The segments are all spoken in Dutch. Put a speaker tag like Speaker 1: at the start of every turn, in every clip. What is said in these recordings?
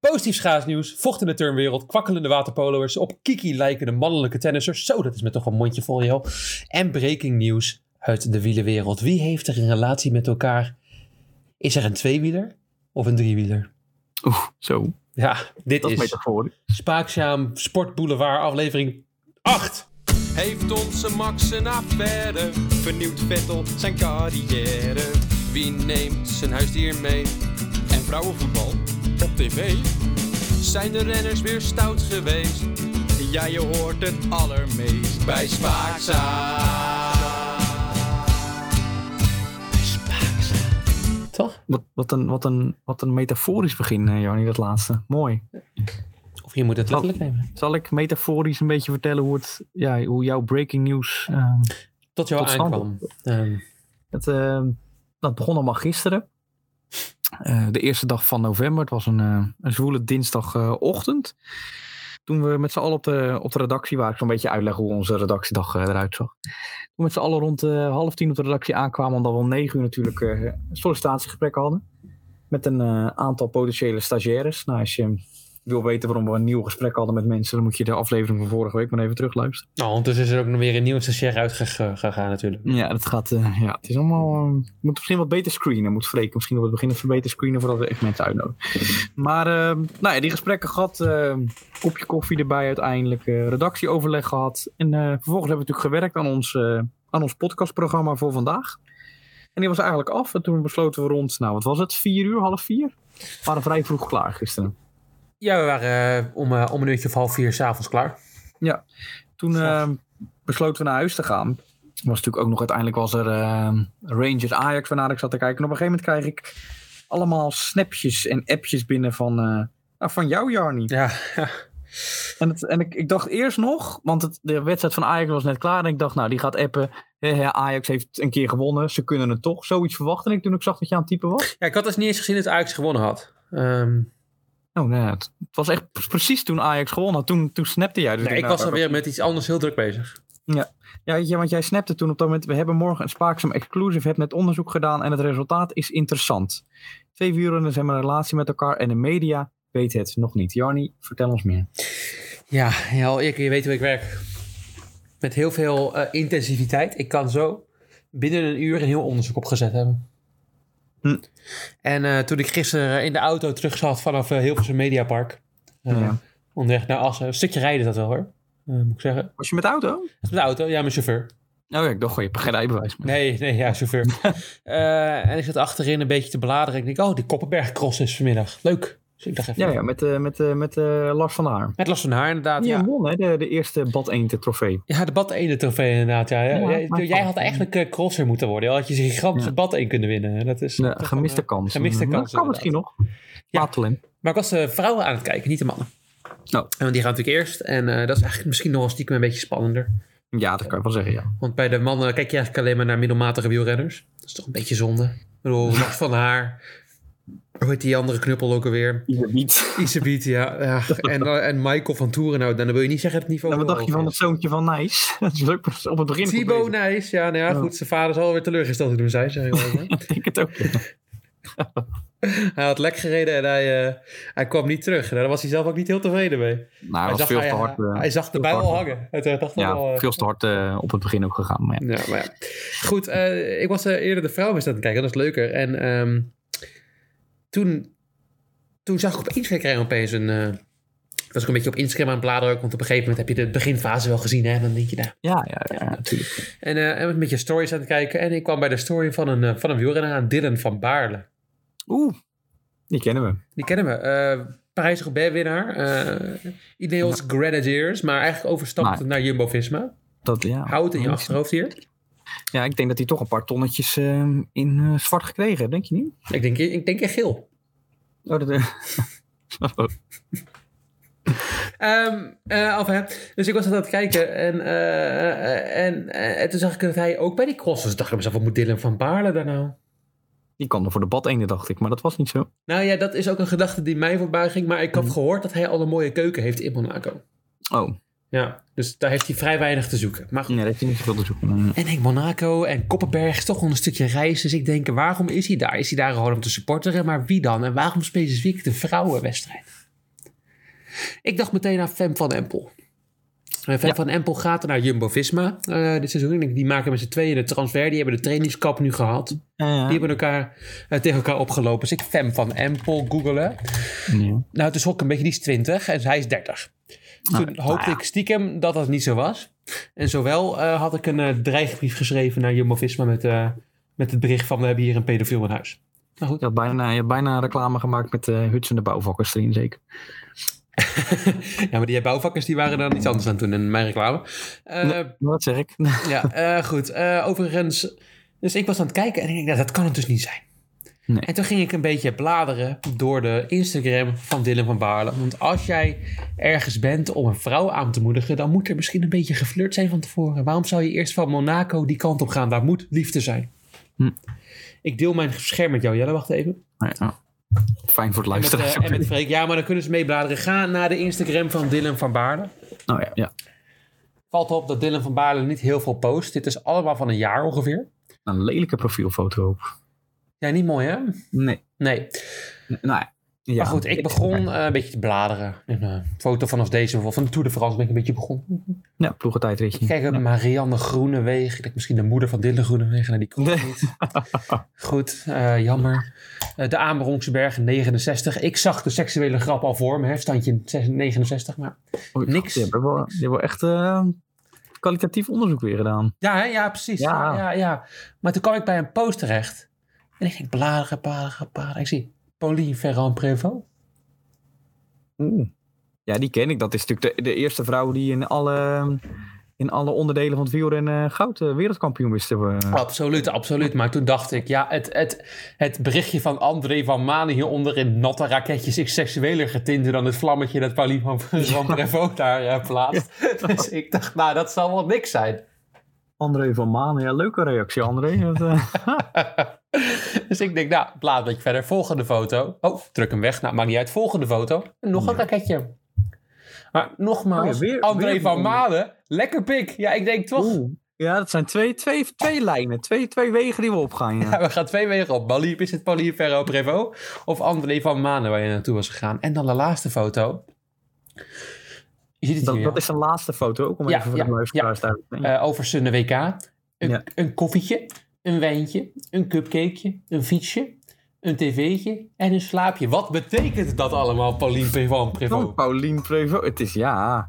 Speaker 1: Positief schaatsnieuws. Vochtende turnwereld. Kwakkelende waterpoloers. Op Kiki lijken de mannelijke tennissers. Zo, dat is me toch een mondje vol, joh. En breaking nieuws uit de wielenwereld. Wie heeft er een relatie met elkaar? Is er een tweewieler of een driewieler?
Speaker 2: Oeh, zo.
Speaker 1: Ja, dit
Speaker 2: Dat is
Speaker 1: is
Speaker 2: metaforisch.
Speaker 1: Spaakzaam Sport Boulevard aflevering 8.
Speaker 3: Heeft onze Max een affaire? Vernieuwt Vettel zijn carrière? Wie neemt zijn huisdier mee? En vrouwenvoetbal op tv? Zijn de renners weer stout geweest? Ja, je hoort het allermeest bij Spaakzaam.
Speaker 1: Toch?
Speaker 2: Wat, wat, een, wat, een, wat een metaforisch begin, eh, Jarnie, dat laatste. Mooi.
Speaker 1: Of je moet het letterlijk nemen.
Speaker 2: Zal ik metaforisch een beetje vertellen hoe, het, ja, hoe jouw breaking news... ehm,
Speaker 1: Tot jou
Speaker 2: Tot stand.
Speaker 1: aankwam. Ehm,
Speaker 2: Het, eh, dat begon allemaal gisteren. Eh, de eerste dag van november. Het was een, eh, een zwoele dinsdagochtend. Toen we met z'n allen op de, op de redactie waren. Ik zo'n beetje uitleggen hoe onze redactiedag eh, eruit zag. Toen we met z'n allen rond eh, half tien op de redactie aankwamen. Omdat we om negen uur natuurlijk eh sollicitatiegesprekken hadden. Met een eh, aantal potentiële stagiaires. Nou, als je wil weten waarom we een nieuw gesprek hadden met mensen. Dan moet je de aflevering van vorige week maar even terugluisteren.
Speaker 1: Nou, ondertussen is er ook nog weer een nieuwe stagiair uitgegaan natuurlijk.
Speaker 2: Ja, dat gaat. eh, ja, het is allemaal. eh, je moet misschien wat beter screenen. Moet Freek misschien op het begin even beter screenen voordat we echt mensen uitnodigen. Maar, eh, nou ja, die gesprekken gehad. eh, kopje koffie erbij uiteindelijk. eh, redactieoverleg gehad. En eh, vervolgens hebben we natuurlijk gewerkt aan ons, eh, aan ons podcastprogramma voor vandaag. En die was eigenlijk af. En toen besloten we rond, nou wat was het? Vier uur, half vier? We waren vrij vroeg klaar gisteren.
Speaker 1: Ja, we waren eh, om, eh, om een uurtje of half vier s'avonds klaar.
Speaker 2: Toen eh, besloten we naar huis te gaan. Was natuurlijk ook nog uiteindelijk was er eh, Rangers Ajax waarnaar ik zat te kijken. En op een gegeven moment krijg ik allemaal snapjes en appjes binnen van, eh, nou, van jou, Jarnie.
Speaker 1: Ja,
Speaker 2: En, het, en ik, ik dacht eerst nog, want het, de wedstrijd van Ajax was net klaar. En ik dacht, nou, die gaat appen. Hè, hè, Ajax heeft een keer gewonnen. Ze kunnen het toch. Zoiets verwachtte ik toen ik zag dat je aan het typen was.
Speaker 1: ja ik had dus niet eens gezien dat Ajax gewonnen had. Ehm,
Speaker 2: Oh, nee. Het, het was echt pre- precies toen Ajax gewonnen had. Toen, toen snapte jij. Dus
Speaker 1: nee, ik
Speaker 2: denk, nou,
Speaker 1: was alweer met iets anders heel druk bezig.
Speaker 2: Ja, weet je, want jij snapte toen op dat moment. We hebben morgen een Spaakzaam Exclusive. Heb net onderzoek gedaan en het resultaat is interessant. Twee wielrenners hebben een relatie met elkaar en de media weet het nog niet. Jarni, vertel ons meer.
Speaker 1: Ja, ja al eerlijk, je weet hoe ik werk. Met heel veel eh, intensiviteit. Ik kan zo binnen een uur een heel onderzoek opgezet hebben.
Speaker 2: Hm.
Speaker 1: En eh, toen ik gisteren in de auto terug zat vanaf eh, Hilversum Mediapark. eh,
Speaker 2: Ja.
Speaker 1: Onderweg naar Assen. Een stukje rijden is dat wel hoor. eh, moet ik zeggen.
Speaker 2: Was je met de auto? Oh
Speaker 1: Met de auto, ja, mijn chauffeur.
Speaker 2: ja, ik dacht, goh, je hebt geen rijbewijs. meer.
Speaker 1: Nee, nee, ja, chauffeur. Eh, en ik zat achterin een beetje te bladeren. Ik denk, oh, die Koppenbergcross is vanmiddag. Leuk. Dus ik dacht even.
Speaker 2: Ja, ja, met, eh, met, eh, met eh, Lars van der Haar.
Speaker 1: Met last van haar, inderdaad.
Speaker 2: Die
Speaker 1: Ja,
Speaker 2: won, hè, de, de eerste Bad Eente trofee.
Speaker 1: ja de bad ene trofee inderdaad. Ja.
Speaker 2: Ja,
Speaker 1: Jij-
Speaker 2: maar-
Speaker 1: Jij had eigenlijk eh, crosser moeten worden. Dan had je een gigantische
Speaker 2: Ja.
Speaker 1: bad één kunnen winnen. Dat is
Speaker 2: Ja,
Speaker 1: toch
Speaker 2: gemiste
Speaker 1: een, eh,
Speaker 2: kans.
Speaker 1: Gemiste
Speaker 2: Mm,
Speaker 1: kans.
Speaker 2: Dat kan
Speaker 1: inderdaad.
Speaker 2: misschien nog.
Speaker 1: Ja.
Speaker 2: Ja. talent.
Speaker 1: Maar ik was de vrouwen aan het kijken, niet de mannen.
Speaker 2: Nou.
Speaker 1: En die gaan natuurlijk eerst. En eh, dat is eigenlijk misschien nog wel stiekem een beetje spannender.
Speaker 2: Ja, dat kan je wel zeggen, ja.
Speaker 1: Want bij de mannen kijk je eigenlijk alleen maar naar middelmatige wielrenners. Dat is toch een beetje zonde. Ik bedoel, Lars van haar. Hoe heet die andere knuppel ook alweer?
Speaker 2: niet.
Speaker 1: Isabiet, ja. ja. En, eh, en Michael van Toeren, nou, dan wil je niet zeggen dat het niveau
Speaker 2: En wat
Speaker 1: heel
Speaker 2: dacht je
Speaker 1: hoog
Speaker 2: van het
Speaker 1: is.
Speaker 2: zoontje van Nijs? Dat is leuk, op het begin. goed
Speaker 1: Thibaut
Speaker 2: bezig.
Speaker 1: Nijs, ja, nou ja,
Speaker 2: Ja.
Speaker 1: goed. Zijn vader zal weer teleurgesteld in hem zijn, zeg ik wel.
Speaker 2: Ik denk het ook.
Speaker 1: hij had lek gereden en hij, eh, hij kwam niet terug. Nou, daar was hij zelf ook niet heel tevreden mee.
Speaker 2: Nou, dat was veel
Speaker 1: hij,
Speaker 2: te hard. eh,
Speaker 1: hij zag de
Speaker 2: veel
Speaker 1: bui
Speaker 2: te
Speaker 1: al
Speaker 2: hard.
Speaker 1: hangen. Hij dacht
Speaker 2: Ja,
Speaker 1: al, eh,
Speaker 2: veel te hard eh, op het begin ook gegaan. Maar ja.
Speaker 1: Ja, maar ja. Goed, eh, ik was eh, eerder de vrouwenwedstrijd aan het kijken, dat is leuker. En ehm, toen, toen zag ik op Instagram opeens een... eh, was ik een beetje op Instagram aan het bladeren, ook, want op een gegeven moment heb je de beginfase wel gezien. Hè? Dan denk je, nou,
Speaker 2: Ja, ja, ja, natuurlijk.
Speaker 1: En eh, en was met je stories aan het kijken. En ik kwam bij de story van een, eh, van een wielrenner aan, Dylan van Baarle.
Speaker 2: Oeh, die kennen we.
Speaker 1: Die kennen we. eh Parijs-Roubaix-winnaar. eh Ineos Grenadiers. Maar eigenlijk overstapt
Speaker 2: Maar-
Speaker 1: naar Jumbo-Visma.
Speaker 2: Dat, ja.
Speaker 1: Houd het in je achterhoofd hier.
Speaker 2: Ja, ik denk dat hij toch een paar tonnetjes eh, in eh, zwart gekregen, denk je niet?
Speaker 1: Ik denk, ik denk in geel.
Speaker 2: Oh, dat, eh,
Speaker 1: Ehm, eh, enfin, dus ik was dat aan het kijken. En, eh, eh, en, eh, en toen zag ik dat hij ook bij die cross was. Ik dacht ik mezelf, wat moet Dylan van Baarle daar nou?
Speaker 2: die kwam er voor de bad ene, dacht ik. Maar dat was niet zo.
Speaker 1: Nou ja, dat is ook een gedachte die mij voorbij ging. Maar ik had gehoord dat hij al een mooie keuken heeft in Monaco.
Speaker 2: Oh,
Speaker 1: Ja, dus daar heeft hij vrij weinig te zoeken. Maar goed.
Speaker 2: nee, dat is niet zoveel te zoeken.
Speaker 1: En ik Monaco en Koppenberg is toch wel een stukje reis. Dus ik denk, waarom is hij daar? Is hij daar gewoon om te supporteren? Maar wie dan? En waarom specifiek de vrouwenwedstrijd? Ik dacht meteen aan Fem van Empel. Eh, Fem van Empel gaat naar Jumbo-Visma eh, dit seizoen. En Die maken met z'n tweeën de transfer. Die hebben de trainingskap nu gehad. Die hebben elkaar, eh, tegen elkaar opgelopen. Dus ik Fem van Empel googelen. Nou, het is ook een beetje, die is 20 en hij is 30. Toen hoopte ik stiekem dat dat niet zo was. En zowel eh, had ik een eh, dreigbrief geschreven naar Jumbo-Visma met, eh, met het bericht van we hebben hier een pedofiel in huis. Nou goed,
Speaker 2: Je had bijna, je had bijna reclame gemaakt met eh Huts en de bouwvakkers erin, zeker.
Speaker 1: ja, maar die bouwvakkers die waren dan iets anders aan het doen in mijn reclame. Eh,
Speaker 2: Wat zeg ik?
Speaker 1: Ja, eh, goed. Eh, overigens, dus ik was aan het kijken en ik denk, nou, dat kan het dus niet zijn.
Speaker 2: Nee.
Speaker 1: En toen ging ik een beetje bladeren door de Instagram van Dylan van Baarle. Want als jij ergens bent om een vrouw aan te moedigen, dan moet er misschien een beetje geflirt zijn van tevoren. Waarom zou je eerst van Monaco die kant op gaan? Daar moet liefde zijn.
Speaker 2: Hm.
Speaker 1: Ik deel mijn scherm met jou, Jelle, wacht even.
Speaker 2: Oh, Ja. Fijn voor het
Speaker 1: En met, eh,
Speaker 2: luisteren.
Speaker 1: en met Freek, ja, maar dan kunnen ze meebladeren. Ga naar de Instagram van Dylan van Baarle.
Speaker 2: Nou ja, ja.
Speaker 1: Valt op dat Dylan van Baarle niet heel veel post. Dit is allemaal van een jaar ongeveer.
Speaker 2: Een lelijke profielfoto ook.
Speaker 1: Ja, niet mooi hè?
Speaker 2: Nee.
Speaker 1: Nee.
Speaker 2: Nou ja. ja.
Speaker 1: maar goed, ik begon eh, een beetje te bladeren. Een eh, foto vanaf deze bijvoorbeeld. Van de Tour de France ben ik een beetje begonnen.
Speaker 2: Ja, ploegentijdritje.
Speaker 1: Kijk,
Speaker 2: Ja.
Speaker 1: Marianne Groenewegen. Ik denk misschien de moeder van Dylan Groenewegen. Nou, die komt
Speaker 2: Nee.
Speaker 1: niet. Goed, eh, jammer. Eh, de Ameronkse Bergen, 69. Ik zag de seksuele grap al voor me. Hè? Standje 6- 69. Maar...
Speaker 2: Oei,
Speaker 1: niks.
Speaker 2: Je hebt wel, je hebt wel echt eh, kwalitatief onderzoek weer gedaan.
Speaker 1: Ja, hè? ja, precies. Ja.
Speaker 2: Ja.
Speaker 1: Ja, ja. Maar toen kwam ik bij een post terecht. En ik ging bladeren, bladeren, bladeren. Ik zie Pauline Ferrand-Prévot.
Speaker 2: Ja, die ken ik. Dat is natuurlijk de, de eerste vrouw die in alle, ehm, in alle onderdelen van het wielrennen goud eh, wereldkampioen wist te eh. worden.
Speaker 1: Absoluut, absoluut. Maar toen dacht ik, ja, het, het, het berichtje van André van Manen hieronder in natte raketjes is seksueler getinte dan het vlammetje dat Pauline van van Brevoort daar eh, plaatst. Dus ik dacht, nou, dat zal wel niks zijn.
Speaker 2: André van Maan, ja, leuke reactie André. Dat, eh,
Speaker 1: dus ik denk, nou, plaat een beetje verder. Volgende foto. Oh, druk hem weg. Nou, maakt niet uit. Volgende foto. En nog een raketje. Maar nogmaals,
Speaker 2: Oh ja, weer-
Speaker 1: André
Speaker 2: weer
Speaker 1: van
Speaker 2: een-
Speaker 1: Manen, lekker pik. Ja, ik denk toch.
Speaker 2: Oeh. Ja, dat zijn twee, twee, twee lijnen, twee, twee wegen die we opgaan. Ja.
Speaker 1: Ja, we gaan twee wegen op. Baliep is het Pauline Ferro Prevo of André van Manen waar je naartoe was gegaan. En dan de laatste foto. Je ziet het
Speaker 2: Dat,
Speaker 1: hier,
Speaker 2: dat is zijn laatste foto ook, om
Speaker 1: Ja,
Speaker 2: even voor
Speaker 1: ja,
Speaker 2: de luisteraars duidelijk te
Speaker 1: ja. Eh, over Sunne WK. Een,
Speaker 2: Ja.
Speaker 1: een koffietje, een wijntje, een cupcakeje, een fietsje, een tv'tje en een slaapje. Wat betekent dat allemaal, Pauline Ferro
Speaker 2: maken. Oh,
Speaker 1: Prevo?
Speaker 2: Paulien Prevo, het is ja.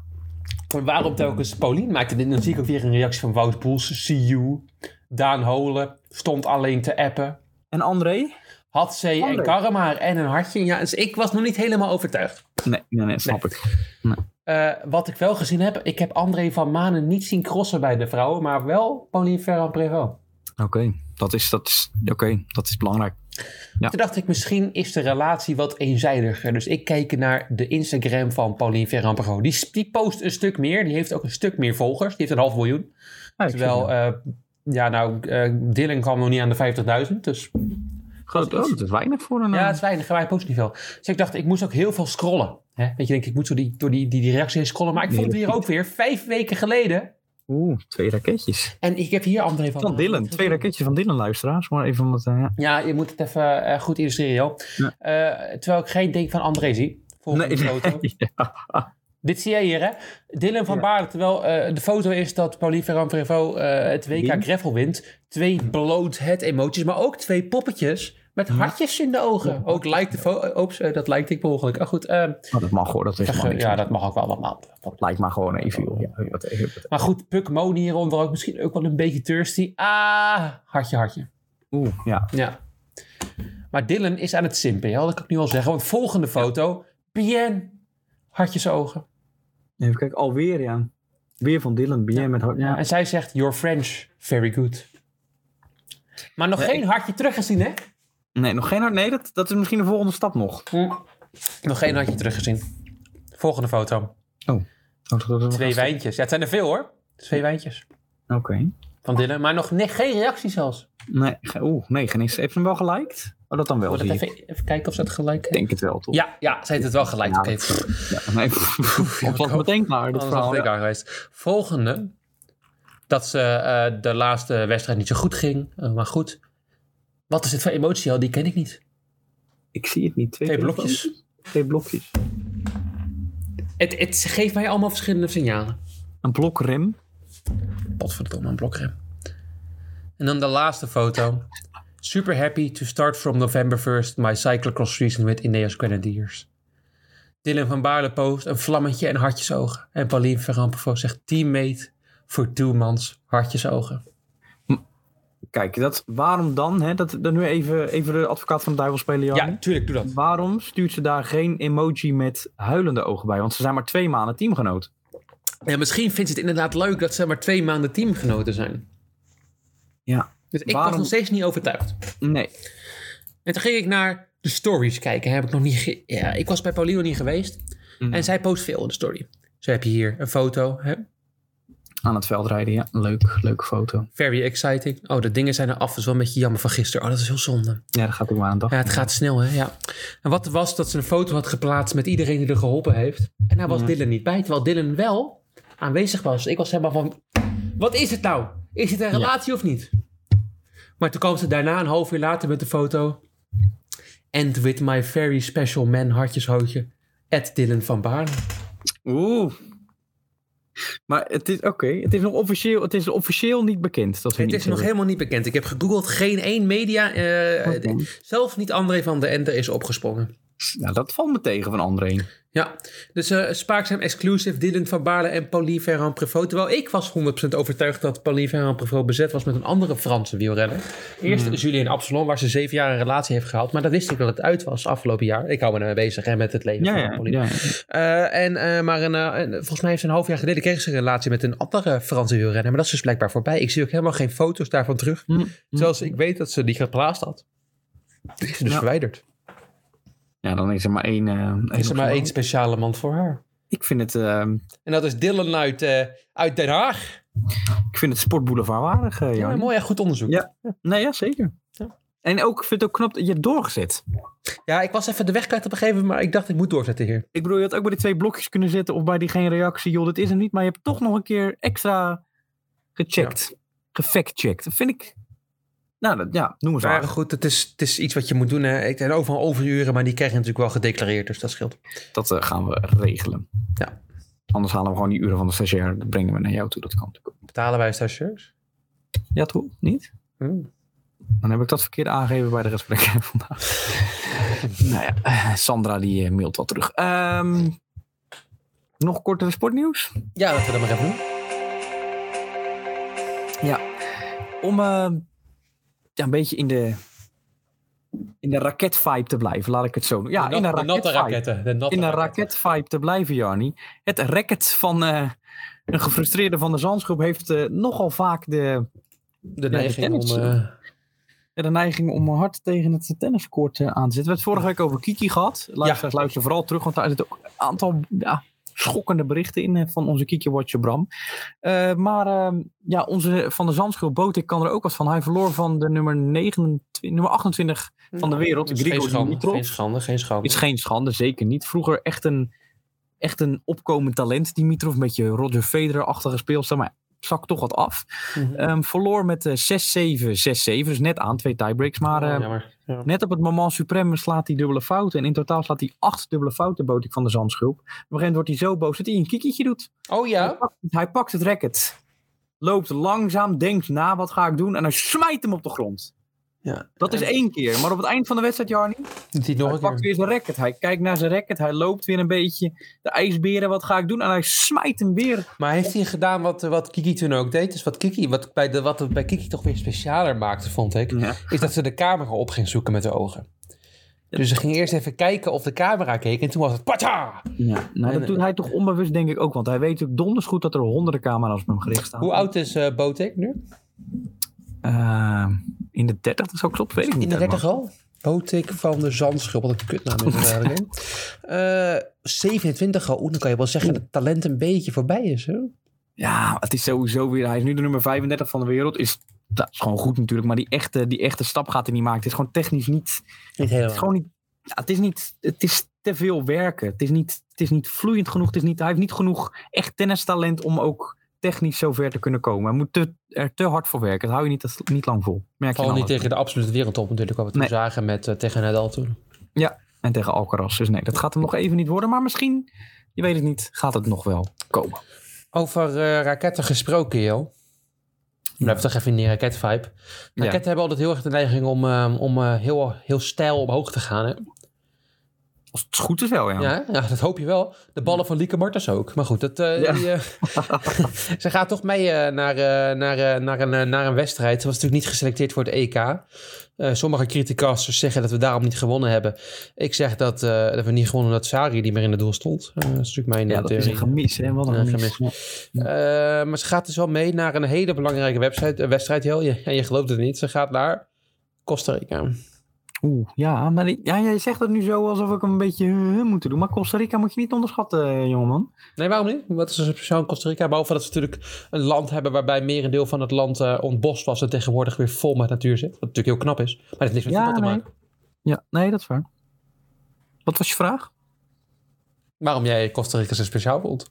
Speaker 1: En waarom telkens Pauline maakte dit? Dan zie ik ook weer een reactie van Wout Poels, See you. Daan Holen stond alleen te appen.
Speaker 2: En André?
Speaker 1: Had ze en
Speaker 2: André.
Speaker 1: Karma en een hartje. Ja, dus ik was nog niet helemaal overtuigd.
Speaker 2: Nee, nee, nee, snap ik.
Speaker 1: Eh, wat ik wel gezien heb, ik heb André van Manen niet zien crossen bij de vrouwen, maar wel Pauline Ferrand Prévot.
Speaker 2: Oké, dat, is, dat, is, oké, dat is belangrijk. Ja.
Speaker 1: Toen dacht ik, misschien is de relatie wat eenzijdiger. Dus ik keek naar de Instagram van Pauline Ferrand Prévot. Die, die post een stuk meer, die heeft ook een stuk meer volgers. Die heeft een half miljoen.
Speaker 2: Ja, ik
Speaker 1: Terwijl,
Speaker 2: vind
Speaker 1: eh, ja nou, eh Dylan kwam nog niet aan de 50.000, dus
Speaker 2: het groot, oh, dat is weinig voor een...
Speaker 1: Ja,
Speaker 2: eh,
Speaker 1: het is weinig. Wij posten niet veel. Dus ik dacht, ik moest ook heel veel scrollen. Hè? Weet je, denk, ik moet zo die, door die, die, die reacties heen scrollen. Maar ik
Speaker 2: Nee,
Speaker 1: vond het
Speaker 2: dat
Speaker 1: hier ook weer vijf weken geleden.
Speaker 2: Oeh, twee raketjes.
Speaker 1: En ik heb hier André van.
Speaker 2: Van Dylan, twee raketjes van Dylan, luisteraars. Maar even omdat... eh, ja.
Speaker 1: Ja, je moet het even eh, goed illustreren, joh.
Speaker 2: Ja.
Speaker 1: Eh, terwijl ik geen ding van André zie. Volgende foto. Dit zie jij hier, hè? Dylan van
Speaker 2: Ja.
Speaker 1: Baarle, terwijl eh, de foto is dat Pauline Ferrand Prévot eh, het WK
Speaker 2: Wint.
Speaker 1: Greffel wint. Twee bloathead emoties, maar ook twee poppetjes met hartjes in de ogen.
Speaker 2: Ja.
Speaker 1: Ook like de foto. Oeps, eh, dat liked ik per ongeluk. Ah, goed, eh,
Speaker 2: Oh, dat mag hoor, dat is maar niks.
Speaker 1: ja, dat mag ook wel allemaal.
Speaker 2: Lijkt maar gewoon even, joh. Ja, wat even-
Speaker 1: Maar goed, Puck Moon hieronder ook. Misschien ook wel een beetje thirsty. Ah, hartje, hartje.
Speaker 2: Oeh, ja.
Speaker 1: Ja. Maar Dylan is aan het simpen, ja, dat kan ik nu al zeggen. Want volgende foto, bien, hartjes ogen.
Speaker 2: Even kijken, alweer ja. Weer van Dylan, BM met hart. Ja.
Speaker 1: En zij zegt, your French, very good. Maar nog
Speaker 2: Nee,
Speaker 1: geen hartje teruggezien, hè?
Speaker 2: Nee, nog geen hart. Nee, dat, dat is misschien de volgende stap nog.
Speaker 1: Hm. Nog geen hartje teruggezien. Volgende foto.
Speaker 2: Oh,
Speaker 1: Twee wijntjes. Ja, het zijn er veel, hoor. Twee wijntjes
Speaker 2: Oké.
Speaker 1: van Dylan. Maar nog ne- geen reactie zelfs.
Speaker 2: Nee, ge- oeh, nee, geen eens. Heeft ze hem wel geliked? Oh, dat dan wel,
Speaker 1: Moet ik
Speaker 2: zie ik. Ik
Speaker 1: even, even kijken of ze het gelijk heeft.
Speaker 2: denk het wel, toch?
Speaker 1: Ja, ja, ze heeft het wel gelijk.
Speaker 2: Ja,
Speaker 1: Oké, pff.
Speaker 2: Ja, nee, dat was meteen klaar, dat
Speaker 1: Anders was
Speaker 2: verhaal.
Speaker 1: het klaar geweest. Volgende. Dat ze eh, de laatste wedstrijd niet zo goed ging. Eh, maar goed. Wat is dit voor emotie al? Die ken ik niet.
Speaker 2: Ik zie het niet.
Speaker 1: Twee blokjes.
Speaker 2: Twee blokjes.
Speaker 4: Het, het geeft mij allemaal verschillende signalen.
Speaker 2: Een blokrem.
Speaker 1: Potverdomme, een blokrem. En dan de laatste foto. Super happy to start from November 1st my cyclocross season with Ineos Grenadiers. Dylan van Baarle post een vlammetje en hartjesogen. En Pauline Verrampenvoort zegt teammate voor two months hartjesogen.
Speaker 2: Kijk, dat, waarom dan? Hè, dat, dat nu even, even de advocaat van de duivel spelen, Jan.
Speaker 1: Ja, tuurlijk, doe dat.
Speaker 2: Waarom stuurt ze daar geen emoji met huilende ogen bij? Want ze zijn maar twee maanden teamgenoot.
Speaker 4: Ja, misschien vindt ze het inderdaad leuk dat ze maar twee maanden teamgenoten zijn.
Speaker 2: Ja.
Speaker 4: Dus ik was
Speaker 2: Waarom-
Speaker 4: nog steeds niet overtuigd.
Speaker 2: Nee.
Speaker 4: En toen ging ik naar de stories kijken. Heb ik nog niet. ge- Ja, ik was bij Paulino niet geweest. En zij post veel in de story. Zo heb je hier een foto. Hè?
Speaker 2: Aan het veld rijden, ja. Leuk, leuke foto.
Speaker 1: Very exciting.
Speaker 4: Oh, de dingen zijn er af. Dat is wel een beetje jammer van gisteren. Oh, dat is heel zonde.
Speaker 2: Ja, dat gaat ook maar aan de dag.
Speaker 4: Ja, het gaat snel, hè? Ja. En wat er was, dat ze een foto had geplaatst met iedereen die er geholpen heeft. En daar was Dylan niet bij. Terwijl Dylan wel aanwezig was. Ik was helemaal van... Wat is het nou? Is het een relatie of niet? Maar toen kwam ze daarna, een half uur later, met de foto. And with my very special man, hartjeshootje. At Dylan van Baarle.
Speaker 2: Oeh. Maar het is, oké, het is nog officieel, het is officieel niet bekend. Dat we
Speaker 4: Het
Speaker 2: niet
Speaker 4: is nog
Speaker 2: hebben.
Speaker 4: helemaal niet bekend. Ik heb gegoogeld, geen één media. eh,
Speaker 2: Oké.
Speaker 4: Zelfs niet André van de Enter is opgesprongen.
Speaker 2: Nou, dat valt me tegen van André.
Speaker 4: Ja, dus eh, Spaakzaam Exclusive, Dylan van Baarle en Pauline Ferrand Prevot. Terwijl ik was 100% overtuigd dat Pauline Ferrand Prevot bezet was met een andere Franse wielrenner.
Speaker 2: Hmm.
Speaker 4: Eerst Julien Absalon, waar ze zeven jaar een relatie heeft gehad. Maar dat wist ik dat het uit was afgelopen jaar. Ik hou me daarmee bezig hè, met het leven
Speaker 2: Ja,
Speaker 4: van
Speaker 2: ja,
Speaker 4: Pauline.
Speaker 2: ja.
Speaker 4: Eh, en, eh, maar een, eh, een- volgens mij heeft ze een half jaar geleden kreeg ze een relatie met een andere Franse wielrenner. Maar dat is dus blijkbaar voorbij. Ik zie ook helemaal geen foto's daarvan terug.
Speaker 2: Mm.
Speaker 4: Terwijl ze, ik weet dat ze die geplaatst had. Die is ze dus
Speaker 2: Ja.
Speaker 4: verwijderd.
Speaker 2: Ja, dan is er maar één. eh,
Speaker 1: Is er maar
Speaker 2: optie.
Speaker 1: één speciale man voor haar.
Speaker 2: Ik vind het, eh,
Speaker 4: En dat is Dylan uit, eh, uit Den Haag.
Speaker 2: ik vind het sportboulevard waardig, eh,
Speaker 1: Ja,
Speaker 2: Jan.
Speaker 1: mooi en goed onderzoek.
Speaker 2: Ja. Nee, ja, zeker.
Speaker 1: Ja.
Speaker 2: En ook, ik vind het ook knap dat je hebt doorgezet.
Speaker 4: Ja, ik was even de weg kwijt op een gegeven moment, maar ik dacht ik moet doorzetten hier.
Speaker 2: Ik bedoel, je had ook bij die twee blokjes kunnen zitten of bij die geen reactie. Joh, dit is hem niet, maar je hebt toch nog een keer extra gecheckt. Gefactcheckt. Dat vind ik... Nou, dat, ja, noem eens
Speaker 4: Maar
Speaker 2: waardig.
Speaker 4: goed, het is, het is iets wat je moet doen. Hè. Ik en overal overuren, maar die krijg je natuurlijk wel gedeclareerd, dus dat scheelt.
Speaker 2: Dat eh, gaan we regelen.
Speaker 4: Ja.
Speaker 2: Anders halen we gewoon die uren van de stagiair. Dat brengen we naar jou toe. Dat kan natuurlijk ook.
Speaker 1: Betalen wij stagiairs?
Speaker 2: Ja, toch? Niet?
Speaker 1: Hm.
Speaker 2: Dan heb ik dat verkeerd aangegeven bij de gesprekken vandaag. nou ja, eh, Sandra die eh, mailt wat terug. Ehm, nog kortere sportnieuws?
Speaker 1: Ja, laten we dat maar even doen.
Speaker 2: Om eh, ja, een beetje in de, in de raket-vibe te blijven, laat ik het zo noemen. Ja,
Speaker 1: de,
Speaker 2: Ah, in
Speaker 1: nat-
Speaker 2: een
Speaker 1: de natte
Speaker 2: raket-vibe.
Speaker 1: raketten. De natte
Speaker 2: In een
Speaker 1: raketten.
Speaker 2: raket-vibe te blijven, Jarni. Het racket van eh, een gefrustreerde van de Zandsgroep heeft eh, nogal vaak de,
Speaker 1: De neiging
Speaker 2: tennis,
Speaker 1: om...
Speaker 2: eh,
Speaker 1: eh,
Speaker 2: de neiging om hard tegen het tenniscourt eh, aan te zitten. We hebben het vorige week over Kiki gehad. Luister, luister vooral terug, want daar zitten ook een aantal ja, schokkende berichten in eh, van onze Kiki-watcher Bram. Eh, maar eh, ja, onze Van de Zandsgroep boot, ik kan er ook wat van. Hij verloor van de nummer, 29, nummer 28 van de wereld.
Speaker 1: Geen
Speaker 2: Grigor
Speaker 1: schande,
Speaker 2: Dimitrov.
Speaker 1: geen schande, geen schande.
Speaker 2: Is geen schande, zeker niet. Vroeger echt een, echt een opkomend talent, Dimitrov. Een beetje Roger Federer-achtige speelstijl, maar zakt toch wat af.
Speaker 1: Mhm.
Speaker 2: Ehm, verloor met eh, 6-7, 6-7. Dus net aan, twee tiebreaks. Maar
Speaker 1: Oh,
Speaker 2: eh,
Speaker 1: jammer. Ja.
Speaker 2: net op het moment supreme slaat hij dubbele fouten. En in totaal slaat hij acht dubbele fouten, bood ik van de Zandsgroep. Op een gegeven moment wordt hij zo boos dat hij een kikietje doet.
Speaker 1: Oh
Speaker 2: Hij,
Speaker 1: ja?
Speaker 2: pakt, hij pakt het racket. Loopt langzaam, denkt na, wat ga ik doen? En hij smijt hem op de grond.
Speaker 1: Ja.
Speaker 2: Dat is één keer. Maar op het eind van de wedstrijd, Jarni,
Speaker 1: Doet hij het nog
Speaker 2: hij
Speaker 1: een
Speaker 2: pakt
Speaker 1: keer?
Speaker 2: weer zijn racket. Hij kijkt naar zijn racket. Hij loopt weer een beetje. De ijsberen, wat ga ik doen? En hij smijt hem weer.
Speaker 1: Maar heeft hij gedaan wat, eh, wat Kiki toen ook deed? Dus wat, Kiki, wat, bij de, wat het bij Kiki toch weer specialer maakte, vond ik,
Speaker 2: Ja.
Speaker 1: is dat ze de camera op ging zoeken met de ogen. Dus ze ging eerst even kijken of de camera keek en toen was het pata!
Speaker 2: Nou,
Speaker 1: nee.
Speaker 2: dat doet hij toch onbewust, denk ik ook. Want hij weet ook donders goed dat er honderden camera's op hem gericht staan.
Speaker 1: Hoe oud is eh Botek nu?
Speaker 2: Eh, in de 30, dat zou klopt, weet ik niet.
Speaker 1: In de
Speaker 2: helemaal.
Speaker 1: 30 al? Botek van de Zandschulp, wat een kutnaam is dat eigenlijk. hè? Eh, 27 al, Oeh, dan kan je wel zeggen dat het talent een beetje voorbij is. Hè?
Speaker 2: Ja, het is sowieso weer. Hij is nu de nummer 35 van de wereld. Is, dat is gewoon goed natuurlijk. Maar die echte, die echte stap gaat hij niet maken. Het is gewoon technisch niet.
Speaker 1: Niet
Speaker 2: Het is
Speaker 1: helemaal.
Speaker 2: gewoon niet. ja, het is niet. Het is te veel werken. Het is niet, het is niet vloeiend genoeg. Het is niet, hij heeft niet genoeg echt tennistalent om ook technisch zo ver te kunnen komen. Hij moet te, er te hard voor werken. Dat hou je niet, dat, niet lang vol. Merk je nou
Speaker 1: Vooral
Speaker 2: aan
Speaker 1: niet
Speaker 2: alles.
Speaker 1: tegen de absolute wereldtop natuurlijk, wat we toen
Speaker 2: Nee.
Speaker 1: zagen met, eh, tegen Nadal toen.
Speaker 2: En tegen Alcaraz. Dus nee, dat gaat hem nog even niet worden. Maar misschien Je weet het niet, gaat het nog wel komen.
Speaker 1: Over eh, raketten gesproken, joh. Blijf toch even in die raket-vibe.
Speaker 2: Ja.
Speaker 1: Raketten hebben altijd heel erg de neiging om, eh, om eh, heel, heel stijl omhoog te gaan. Hè?
Speaker 2: Als het goed is wel, ja.
Speaker 1: Ja, ja, dat hoop je wel. De ballen van Lieke Martens ook. Maar goed, dat, eh,
Speaker 2: Nou. Ja.
Speaker 1: die, eh, ze gaat toch mee eh, naar, eh, naar, eh, naar, een, eh, naar een wedstrijd. Ze was natuurlijk niet geselecteerd voor het EK. Eh, sommige criticasters zeggen dat we daarom niet gewonnen hebben. Ik zeg dat, eh, dat we niet gewonnen omdat Sari niet meer in het doel stond. Eh, dat is natuurlijk mijn
Speaker 2: Ja,
Speaker 1: eh,
Speaker 2: dat is
Speaker 1: theorie.
Speaker 2: een gemis, hè? Wat een
Speaker 1: Ja,
Speaker 2: gemis.
Speaker 1: Eh, maar ze gaat dus wel mee naar een hele belangrijke website, eh, wedstrijd. Heel, je, en je gelooft het niet. Ze gaat naar Costa Rica.
Speaker 2: Oeh, ja, maar die- ja, jij zegt dat nu zo alsof ik hem een beetje eh, moet doen. Maar Costa Rica moet je niet onderschatten, eh, jongeman.
Speaker 1: Nee, waarom niet? Wat is er speciaal in Costa Rica? Behalve dat ze natuurlijk een land hebben waarbij merendeel van het land eh, ontbost was en tegenwoordig weer vol met natuur zit. Wat natuurlijk heel knap is, maar dat heeft niks met
Speaker 2: Ja,
Speaker 1: voetbal te
Speaker 2: nee.
Speaker 1: maken.
Speaker 2: Ja, nee, dat is waar. Wat was je vraag?
Speaker 1: Waarom jij Costa Rica zo speciaal vond.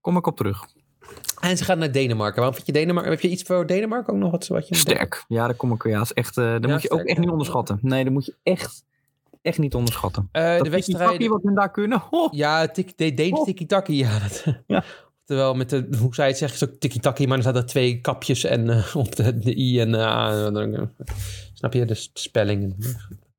Speaker 2: Kom ik op terug.
Speaker 1: En ze gaat naar Denemarken. Waarom vind je Denemarken? Heb je iets voor Denemarken ook nog? Wat, wat je
Speaker 2: Sterk. Ja, daar kom ik weer. Ja, is echt, eh dat moet je
Speaker 1: sterk,
Speaker 2: ook echt
Speaker 1: ja.
Speaker 2: niet onderschatten. Nee, dat moet je echt, echt niet onderschatten.
Speaker 1: Eh,
Speaker 2: dat
Speaker 1: de
Speaker 2: tiki-taki
Speaker 1: wedstrijd.
Speaker 2: wat hun daar kunnen. ho!
Speaker 1: Ja, tik, de, Deens
Speaker 2: Oh.
Speaker 1: tiki-taki. Ja, dat-
Speaker 2: Ja.
Speaker 1: Terwijl met de, hoe zij het zegt, is ook tiki-taki, maar er zaten twee kapjes en eh, op de, de i en de a. en dan- eh, Snap je? De s- spelling.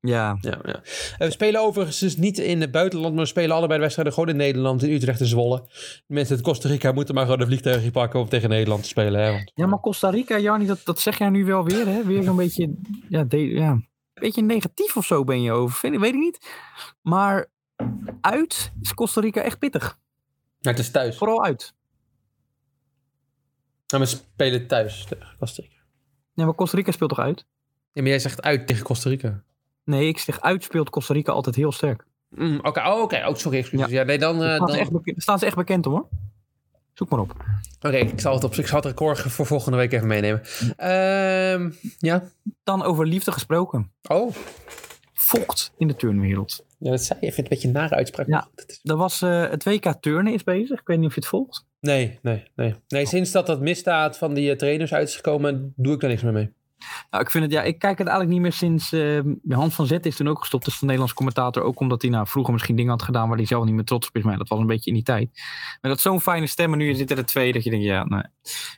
Speaker 2: Ja,
Speaker 1: Ja, ja. Eh, We spelen overigens dus niet in het buitenland, maar we spelen allebei de wedstrijden gewoon in Nederland, in Utrecht en Zwolle. De mensen uit Costa Rica moeten maar gewoon een vliegtuigje pakken om tegen Nederland te spelen. Hè? want-
Speaker 2: ja maar Costa Rica, Jarni, dat, dat zeg jij nu wel weer. Hè? Weer zo'n beetje, ja, de- ja, beetje negatief of zo ben je over. Vind, ik- weet ik niet. Maar uit is Costa Rica echt pittig.
Speaker 1: Maar het is thuis.
Speaker 2: Vooral uit.
Speaker 1: Nou, we spelen thuis tegen Costa Rica.
Speaker 2: Nee, maar Costa Rica speelt toch uit?
Speaker 1: Ja, maar jij zegt uit tegen Costa Rica.
Speaker 2: Nee, ik zeg uit speelt Costa Rica altijd heel sterk.
Speaker 1: Mm, Oké, oh, oké. Oh, sorry, excuses. Ja. nee, dan... eh,
Speaker 2: Daar staan,
Speaker 1: dan...
Speaker 2: ze echt beke- daar staan ze echt bekend om hoor. Zoek maar op.
Speaker 1: Oké, ik, zal het op- ik zal het record voor volgende week even meenemen. Ehm, ja.
Speaker 2: Dan over liefde gesproken.
Speaker 1: Oh,
Speaker 2: Vocht in de turnwereld.
Speaker 1: ja, dat zei je. Ik vind het een beetje een nare uitspraak.
Speaker 2: Ja.
Speaker 1: Dat is-
Speaker 2: Er was, eh, het WK turnen is bezig. Ik weet niet of je het volgt.
Speaker 1: Nee, nee, nee. Nee, sinds dat dat misdaad van die eh, trainers uit is gekomen, doe ik daar niks meer mee.
Speaker 2: Nou, ik, vind het, ja, ik kijk het eigenlijk niet meer sinds... eh, Hans van Zet is toen ook gestopt. Dat is de Nederlands commentator. Ook omdat hij nou, vroeger misschien dingen had gedaan... waar hij zelf niet meer trots op is. Maar ja, dat was een beetje in die tijd. Maar dat is zo'n fijne stem. En nu zit er twee dat je denkt... Ja, nee,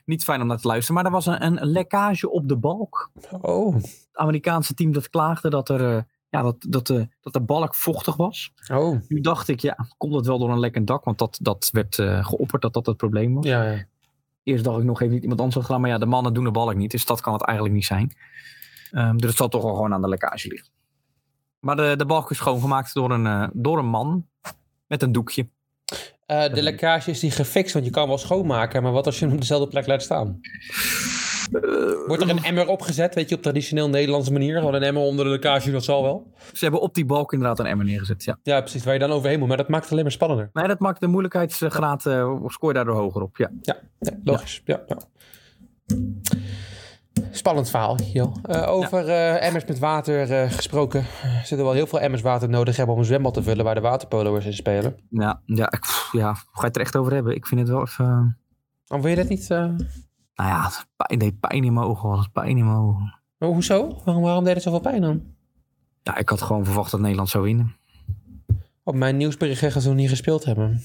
Speaker 2: niet fijn om naar te luisteren. Maar er was een, een lekkage op de balk.
Speaker 1: Oh.
Speaker 2: het Amerikaanse team dat klaagde dat, er, eh, ja, dat, dat, de dat de balk vochtig was.
Speaker 1: Oh.
Speaker 2: Nu dacht ik, ja, komt dat wel door een lekkend dak? Want dat, dat werd eh, geopperd dat dat het probleem was.
Speaker 1: Ja, ja.
Speaker 2: Eerst dacht ik nog even niet iemand anders had gedaan. Maar ja, de mannen doen de balk niet. Dus dat kan het eigenlijk niet zijn. Ehm, dus het zal toch wel gewoon aan de lekkage liggen. Maar de, de balk is schoongemaakt door een, eh, door een man met een doekje.
Speaker 1: Eh, de lekkage is die gefixt, want je kan wel schoonmaken, maar wat als je hem op dezelfde plek laat staan? Wordt er een emmer opgezet, weet je, op traditioneel Nederlandse manier? Gewoon een emmer onder de lekkage, dat zal wel.
Speaker 2: Ze hebben op die balk inderdaad een emmer neergezet. Ja.
Speaker 1: Ja, precies, waar je dan overheen moet, maar dat maakt het alleen maar spannender.
Speaker 2: Maar dat maakt de moeilijkheidsgraad, eh scoor daardoor hoger op. Ja.
Speaker 1: Ja, ja, logisch. Ja. Ja, Spannend verhaal, joh. Eh, over eh, emmers met water eh, gesproken. Er zullen wel heel veel emmers water nodig hebben om een zwembad te vullen waar de waterpoloers in spelen.
Speaker 2: Ja, ja, ik, pff, ja, ga je het er echt over hebben? Ik vind het wel even... eh,
Speaker 1: Dan wil je dat niet? eh,
Speaker 2: Nou ja, het pijn, deed pijn in mijn ogen. Was het pijn in mijn ogen.
Speaker 1: maar hoezo? Waarom, waarom deed het zoveel pijn dan?
Speaker 2: Ja, ik had gewoon verwacht dat Nederland zou winnen.
Speaker 1: Op mijn nieuwsbericht gaan ze nog niet gespeeld hebben.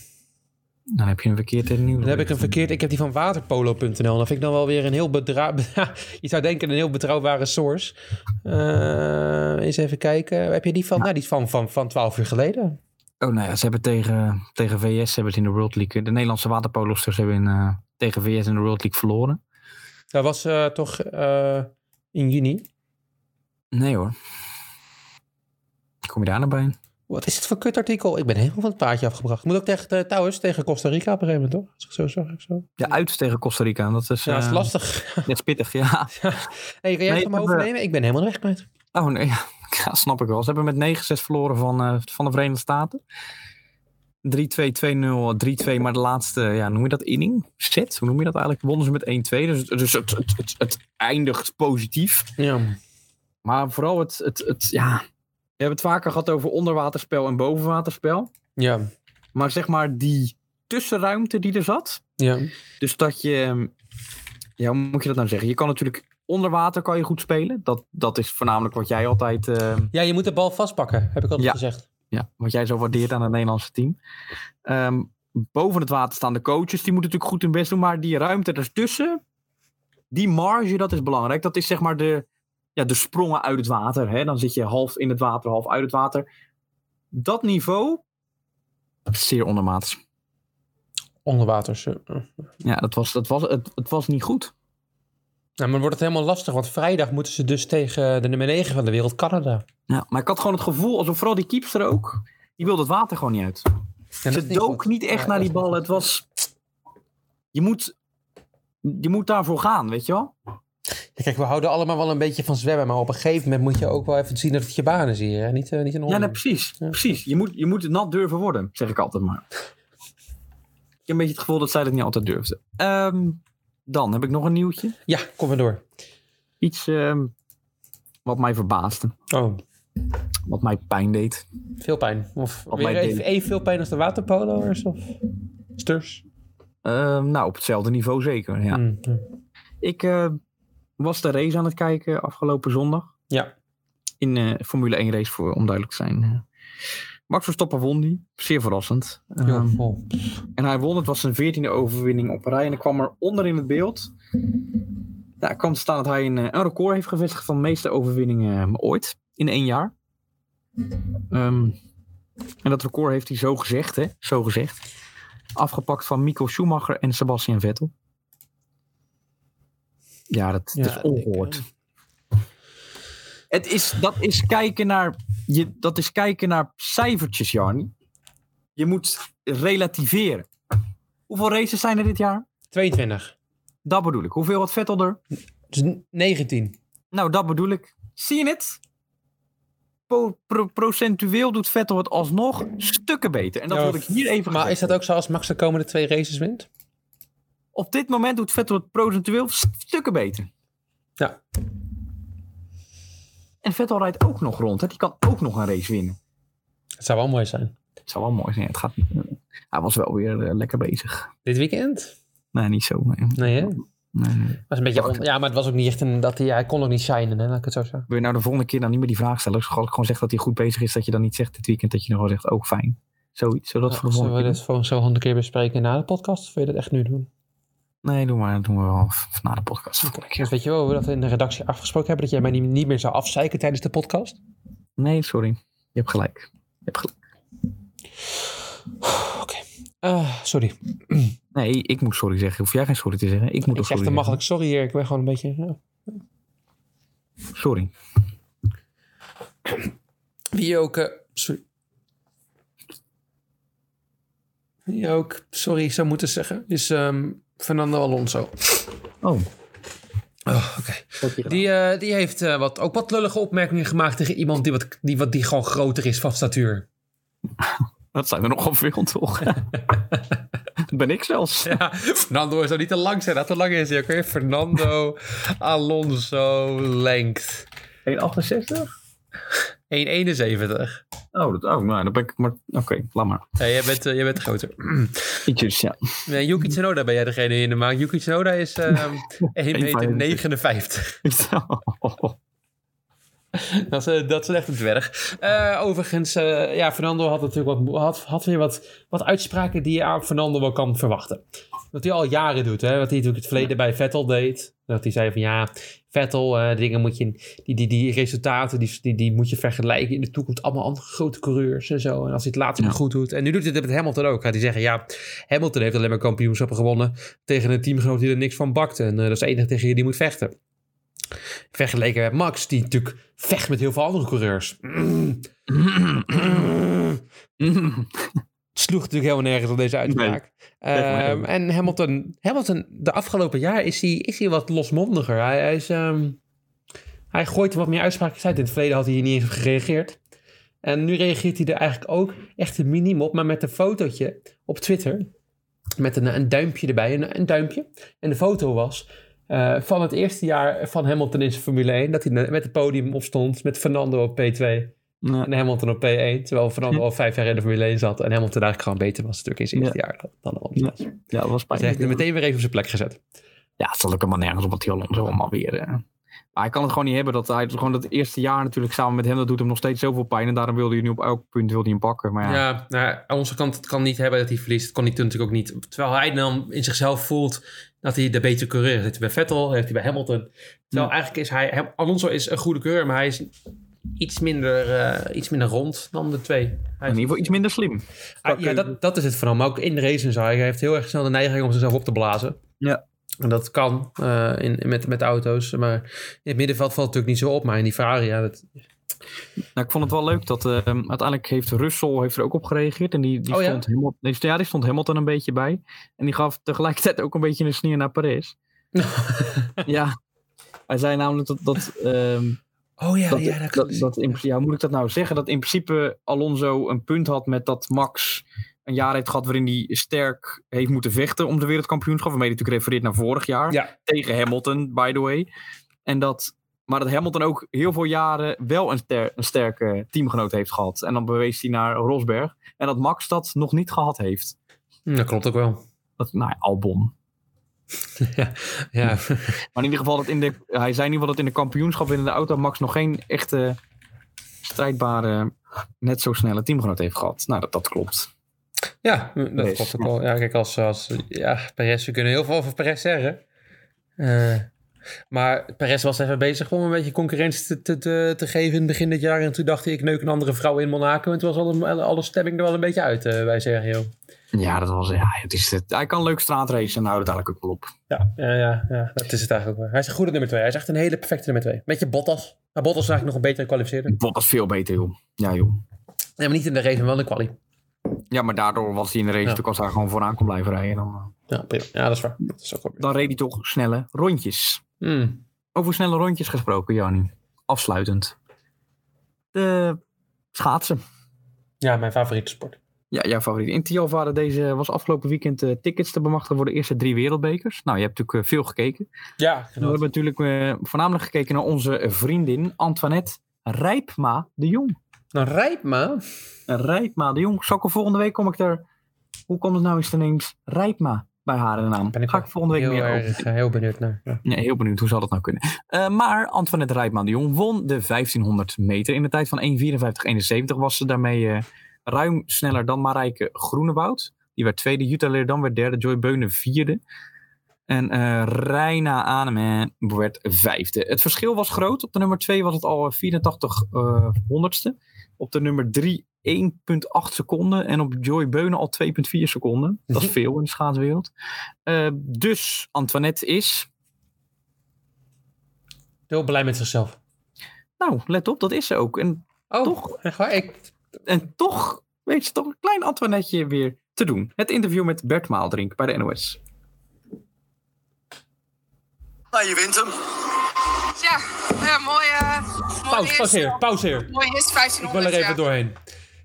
Speaker 2: Dan heb je een verkeerd nieuws.
Speaker 1: Dan heb ik een verkeerd. Ik heb die van waterpolo.nl. Dat vind ik dan wel weer een heel bedra. je zou denken een heel betrouwbare source. Eh, eens even kijken. Heb je die van? Nou, die is van, van, van 12 uur geleden.
Speaker 2: Oh, nou ja, ze hebben tegen, tegen VS hebben ze in de World League... De Nederlandse waterpolosters hebben in, eh, tegen VS in de World League verloren.
Speaker 1: Dat was eh, toch eh, in juni.
Speaker 2: Nee hoor. Kom je daar naar bij?
Speaker 1: Wat is het voor kutartikel? Ik ben helemaal van het paadje afgebracht. Moet ook tegen, eh, trouwens, tegen Costa Rica op een gegeven moment, toch? Als ik zo zag. ik Zo.
Speaker 2: Ja, uit tegen Costa Rica. Dat is,
Speaker 1: Ja, dat is
Speaker 2: eh,
Speaker 1: lastig.
Speaker 2: Dat is pittig, ja.
Speaker 1: Hey, kan jij
Speaker 2: Nee,
Speaker 1: het van me
Speaker 2: ik heb, eh,
Speaker 1: overnemen? Ik ben helemaal de weg kwijt.
Speaker 2: Oh nee, ja. Ja, snap ik wel. Ze hebben met 9-6 verloren van, eh, van de Verenigde Staten. 3-2, 2-0, 3-2, maar de laatste, ja, noem je dat inning? Set, hoe noem je dat eigenlijk? Wonnen ze met 1-2, dus, dus het, het, het, het eindigt positief.
Speaker 1: Ja.
Speaker 2: Maar vooral het, het, het, ja, we hebben het vaker gehad over onderwaterspel en bovenwaterspel.
Speaker 1: Ja.
Speaker 2: Maar zeg maar die tussenruimte die er zat,
Speaker 1: Ja.
Speaker 2: dus dat je. ehm, Ja, hoe moet je dat nou zeggen? Je kan natuurlijk onder water kan je goed spelen. Dat, dat is voornamelijk wat jij altijd. ehm,
Speaker 1: ja, je moet de bal vastpakken, heb ik altijd
Speaker 2: Ja.
Speaker 1: gezegd.
Speaker 2: ja, wat jij zo waardeert aan het Nederlandse team. Ehm, boven het water staan de coaches. Die moeten natuurlijk goed hun best doen. Maar die ruimte ertussen, die marge, dat is belangrijk. Dat is zeg maar de, ja, de sprongen uit het water. Hè? Dan zit je half in het water, half uit het water. Dat niveau, zeer ondermaats.
Speaker 1: Onderwaters. eh.
Speaker 2: Ja, dat was, dat was, het, het was niet goed.
Speaker 1: Nou, maar wordt het helemaal lastig, want vrijdag moeten ze dus tegen de nummer 9 van de wereld, Canada.
Speaker 2: Ja, maar ik had gewoon het gevoel, alsof vooral die keepster ook, die wilde het water gewoon niet uit.
Speaker 1: En dat
Speaker 2: Ze
Speaker 1: is niet
Speaker 2: dook
Speaker 1: goed.
Speaker 2: niet echt
Speaker 1: Ja,
Speaker 2: naar
Speaker 1: dat is
Speaker 2: die
Speaker 1: niet
Speaker 2: bal.
Speaker 1: goed.
Speaker 2: Het was. Je moet, je moet daarvoor gaan, weet je wel?
Speaker 1: Ja, Kijk, we houden allemaal wel een beetje van zwemmen, maar op een gegeven moment moet je ook wel even zien dat het je baan is hier. Hè? Niet, eh, niet een
Speaker 2: Ja,
Speaker 1: hond.
Speaker 2: nee, precies.
Speaker 1: Ja.
Speaker 2: precies. Je, moet, je moet het nat durven worden, zeg ik altijd maar. Ik heb een beetje het gevoel dat zij dat niet altijd durfde. Ehm, dan heb ik nog een nieuwtje.
Speaker 1: ja, kom maar door.
Speaker 2: Iets ehm, wat mij verbaasde,
Speaker 1: Oh,
Speaker 2: wat mij pijn deed.
Speaker 1: veel pijn. Of
Speaker 2: Wat
Speaker 1: weer
Speaker 2: mij
Speaker 1: even,
Speaker 2: deed.
Speaker 1: even veel pijn als de waterpolo'ers of sturs.
Speaker 2: Ehm, nou, op hetzelfde niveau zeker. Ja.
Speaker 1: Mm, Ja.
Speaker 2: Ik eh, was de race aan het kijken afgelopen zondag.
Speaker 1: Ja.
Speaker 2: in eh, Formule 1 race, voor, om duidelijk te zijn. Eh, Max Verstappen won die. Zeer verrassend. Ehm,
Speaker 1: Joh, oh.
Speaker 2: en hij won. Het was zijn veertiende overwinning op rij. En er kwam er onder in het beeld... Ja, kwam te staan dat hij een, eh, een record heeft gevestigd van de meeste overwinningen ehm, ooit. In één jaar. Ehm, en dat record heeft hij zo gezegd, hè. Zo gezegd. Afgepakt van Mico Schumacher en Sebastian Vettel. Ja, dat, dat
Speaker 1: Ja,
Speaker 2: is ongehoord.
Speaker 1: ik, eh,
Speaker 2: Het is, dat, is kijken naar, je, dat is kijken naar cijfertjes, Jarni. Je moet relativeren. Hoeveel races zijn er dit jaar?
Speaker 1: 22.
Speaker 2: Dat bedoel ik. Hoeveel had Vettel er?
Speaker 1: Dus n- 19.
Speaker 2: Nou, dat bedoel ik. Zie je het? Po- pro- procentueel doet Vettel het alsnog stukken beter. En dat
Speaker 1: Ja,
Speaker 2: wil ik hier even
Speaker 1: Maar is
Speaker 2: gezegd
Speaker 1: dat ook zo als Max de komende twee races wint?
Speaker 2: hebben. Op dit moment doet Vettel het procentueel st- stukken beter.
Speaker 1: Ja.
Speaker 2: En Vettel rijdt ook nog rond. Hè? Die kan ook nog een race winnen.
Speaker 1: Het zou wel mooi zijn.
Speaker 2: Het zou wel mooi zijn. Het gaat niet. Hij was wel weer eh, lekker bezig.
Speaker 1: Dit weekend?
Speaker 2: Nee, niet zo. Nee.
Speaker 1: Nee, hè?
Speaker 2: Nee, nee.
Speaker 1: Was een beetje
Speaker 2: Wacht.
Speaker 1: on- ja, maar het was ook niet echt een... Dat hij, hij kon nog niet shinen, hè? Laat ik het zo zeggen.
Speaker 2: Wil je nou de volgende keer dan niet meer die vraag stellen? Als ik gewoon zeg dat hij goed bezig is, dat je dan niet zegt dit weekend, dat je dan gewoon zegt, oh fijn. Zoiets, zodat
Speaker 1: Ja,
Speaker 2: voor de
Speaker 1: zullen we
Speaker 2: volgende
Speaker 1: dit
Speaker 2: keer.
Speaker 1: gewoon zo honderd keer bespreken na de podcast? Of wil je dat echt nu doen?
Speaker 2: Nee, doe maar. Dat doen we wel v- na de podcast. de volgende
Speaker 1: Dus
Speaker 2: keer.
Speaker 1: weet je wel, we dat in de redactie afgesproken hebben... dat jij mij niet, niet meer zou afzeiken tijdens de podcast?
Speaker 2: Nee, sorry. Je hebt gelijk. Je hebt gelijk.
Speaker 1: Oké. Eh, sorry.
Speaker 2: Nee, ik moet sorry zeggen. Hoef jij geen sorry te zeggen. Ik moet
Speaker 1: Ik
Speaker 2: ook
Speaker 1: zeg
Speaker 2: sorry
Speaker 1: te
Speaker 2: zeggen.
Speaker 1: makkelijk sorry, Erik. Ik ben gewoon een beetje... ja.
Speaker 2: Sorry.
Speaker 1: Wie ook... eh, sorry. Wie ook sorry zou moeten zeggen... is ehm, Fernando Alonso.
Speaker 2: Oh.
Speaker 1: Oh, oké. Die, eh, die heeft eh, wat, ook wat lullige opmerkingen gemaakt tegen iemand die, wat, die, wat, die gewoon groter is van statuur.
Speaker 2: Dat zijn er nogal veel, toch? Dat ben ik zelfs.
Speaker 1: Ja, Fernando zou niet te lang zijn. Dat te lang is hij ook weer. Fernando Alonso Lengt.
Speaker 2: 1,68?
Speaker 1: 1,71. Hé,
Speaker 2: Oh, dat, oh, nou, dan ben ik maar... Oké, laat maar.
Speaker 1: jij, bent, eh, jij bent groter.
Speaker 2: Ietsjes, ja.
Speaker 1: Nee, Yuki Tsunoda ben jij degene die in de maak. Yuki Tsunoda is ehm 1,59 meter. Dat is, eh, dat is echt een dwerg. Eh, overigens, eh, ja, Fernando had natuurlijk wat, had, had weer wat, wat uitspraken die je aan Fernando wel kan verwachten. Wat hij al jaren doet, hè? wat hij natuurlijk het verleden bij Vettel deed. Dat hij zei van ja, Vettel, eh, dingen moet je, die, die, die resultaten die, die, die moet je vergelijken in de toekomst. Allemaal andere grote coureurs en zo. En als hij het laatste
Speaker 2: Ja.
Speaker 1: goed doet. En nu doet hij het met Hamilton ook. Gaat hij zeggen ja, Hamilton heeft alleen maar kampioenschappen gewonnen tegen een teamgenoot die er niks van bakt. En eh, dat is de enige tegen je die moet vechten. Vergeleken met Max, die natuurlijk vecht met heel veel andere coureurs. Mm. Het sloeg natuurlijk helemaal nergens op deze uitspraak.
Speaker 2: maar
Speaker 1: Ehm, en Hamilton, Hamilton, de afgelopen jaar is hij, is hij wat losmondiger. Hij, hij, is, ehm, hij gooit er wat meer uitspraken uit. In het verleden had hij hier niet eens op gereageerd. En nu reageert hij er eigenlijk ook echt een minimum op, maar met een fotootje op Twitter. Met een, een duimpje erbij, een, een duimpje. En de foto was eh, van het eerste jaar van Hamilton in zijn Formule 1. Dat hij na- met het podium opstond, met Fernando op P2.
Speaker 2: Ja.
Speaker 1: En Hamilton op P1, terwijl Fernando al vijf jaar in de Formule 1 zat. En Hamilton eigenlijk gewoon beter was natuurlijk in zijn eerste jaar dan- dan Alonso.
Speaker 2: Ja. Ja, dat was
Speaker 1: Ze heeft hem
Speaker 2: pijnlijk.
Speaker 1: meteen weer even op zijn plek gezet.
Speaker 2: Ja, het staat ook helemaal nergens op wat die Alonso allemaal weer... eh, Maar hij kan het gewoon niet hebben. Dat hij gewoon dat eerste jaar natuurlijk samen met hem, dat doet hem nog steeds zoveel pijn. En daarom wilde hij nu op elk punt wilde hij hem pakken. Maar ja,
Speaker 4: Ja, nou, aan onze kant het kan niet hebben dat hij verliest. Dat kon hij toen natuurlijk ook niet. Terwijl hij dan in zichzelf voelt dat hij de betere coureur is. Dat heeft hij bij Vettel, heeft hij bij Hamilton. Terwijl eigenlijk is hij, hem- Alonso is een goede coureur, maar hij is iets minder, eh, iets minder rond dan de twee.
Speaker 2: in ieder geval iets minder slim.
Speaker 1: Ah, ja, dat, dat is het vooral. Maar ook in de race en zo. Hij heeft heel erg snel de neiging om zichzelf op te blazen.
Speaker 2: Ja.
Speaker 1: En dat kan eh, in, met, met auto's. Maar in het middenveld valt het natuurlijk niet zo op. Maar in die Ferrari, ja, dat,
Speaker 2: Nou, ik vond het wel leuk dat ehm, uiteindelijk heeft Russell heeft er ook op gereageerd. En die, die
Speaker 1: Oh ja?
Speaker 2: stond Hamilton, nee, ja, die stond Hamilton een beetje bij. En die gaf tegelijkertijd ook een beetje een sneer naar Perez. ja, hij zei namelijk dat, dat, ehm,
Speaker 1: Oh ja,
Speaker 2: dat,
Speaker 1: ja, dat,
Speaker 2: dat, dat in, ja, hoe moet ik dat nou zeggen? Dat in principe Alonso een punt had met dat Max een jaar heeft gehad waarin hij sterk heeft moeten vechten om de wereldkampioenschap. Waarmee hij natuurlijk refereert naar vorig jaar.
Speaker 1: Ja.
Speaker 2: Tegen Hamilton, by the way. En dat, maar dat Hamilton ook heel veel jaren wel een, ster, een sterke teamgenoot heeft gehad. En dan bewees hij naar Rosberg. En dat Max dat nog niet gehad heeft.
Speaker 1: dat klopt ook wel.
Speaker 2: Dat, nou ja, Albon.
Speaker 1: Ja,
Speaker 2: Maar in ieder geval, dat in de, hij zei in ieder geval dat in de kampioenschap in de auto Max nog geen echte strijdbare, net zo snelle teamgenoot heeft gehad. Nou, dat, dat klopt.
Speaker 1: ja dat
Speaker 2: Nee,
Speaker 1: klopt ook
Speaker 2: snap.
Speaker 1: wel. Ja, kijk, als, als ja, Perez, we kunnen heel veel over Perez zeggen. Eh, maar Perez was even bezig om een beetje concurrentie te, te, te, te geven in het begin dit jaar. En toen dacht hij, ik neuk een andere vrouw in Monaco. En toen was alle, alle stemming er wel een beetje uit eh, bij Sergio.
Speaker 2: Ja, dat was, ja, het is, het, hij kan leuk straatracen en houdt het eigenlijk ook wel op.
Speaker 1: Ja, ja, ja, ja, dat is het eigenlijk ook. wel. Hij is een goede nummer 2. Hij is echt een hele perfecte nummer 2. Beetje Bottas. Maar Bottas is eigenlijk nog een betere kwalificeerder.
Speaker 2: Ik vond dat veel beter, joh. Ja, joh.
Speaker 1: Nee, maar niet in de race, maar wel in de kwalie.
Speaker 2: Ja, maar daardoor was hij in de race,
Speaker 1: Ja.
Speaker 2: natuurlijk als hij gewoon vooraan kon blijven rijden. Dan, eh,
Speaker 1: Ja, prima. Ja, dat is waar. Dat is ook wel weer.
Speaker 2: dan reed hij toch snelle rondjes.
Speaker 1: Hmm.
Speaker 2: Over snelle rondjes gesproken, Jani. Afsluitend. De schaatsen.
Speaker 1: Ja, mijn favoriete sport.
Speaker 2: Ja, jouw favoriet. In Tialf waren deze, was afgelopen weekend eh, tickets te bemachtigen voor de eerste drie wereldbekers. Nou, je hebt natuurlijk eh, veel gekeken.
Speaker 1: Ja,
Speaker 2: We hebben natuurlijk eh, voornamelijk gekeken naar onze vriendin Antoinette Rijpma de Jong. Eh,
Speaker 1: Nou, Rijpma.
Speaker 2: Rijpma de Jong. Zal ik er volgende week kom ik er... Hoe komt het nou eens ineens Rijpma bij haar in de naam?
Speaker 1: Ben ik
Speaker 2: Ga ik
Speaker 1: ook
Speaker 2: volgende week
Speaker 1: Heel
Speaker 2: meer over.
Speaker 1: erg, eh, heel benieuwd naar. Ja.
Speaker 2: Nee, heel benieuwd hoe zal dat nou kunnen. Eh, maar Antoinette Rijpma de Jong won de 1500 meter. In de tijd van 1.54.71 was ze daarmee eh, ruim sneller dan Marijke Groenewoud. Die werd tweede, Jutta Leerdam werd derde, Joy Beunen vierde. En eh Reina Anemen werd vijfde. Het verschil was groot. Op de nummer 2 was het al 84 eh, honderdste. Op de nummer 3 1,8 seconden. En op Joy Beunen al 2,4 seconden. Dat is veel in de schaatswereld. Eh, dus Antoinette is
Speaker 1: Heel blij met zichzelf.
Speaker 2: Nou, let op, dat is ze ook. En,
Speaker 1: Oh,
Speaker 2: Toch?
Speaker 1: echt waar? Ik,
Speaker 2: en toch, weet je, toch een klein Antoinetje weer te doen. Het interview met Bert Maaldrink bij de NOS.
Speaker 5: Nou, je wint hem.
Speaker 6: Ja, ja mooi. eh mooi
Speaker 1: pauze,
Speaker 6: is-
Speaker 1: pauzeer, pauzeer.
Speaker 6: Mooi is
Speaker 1: Ik
Speaker 6: 1500.
Speaker 1: wil er
Speaker 6: ja.
Speaker 1: even doorheen.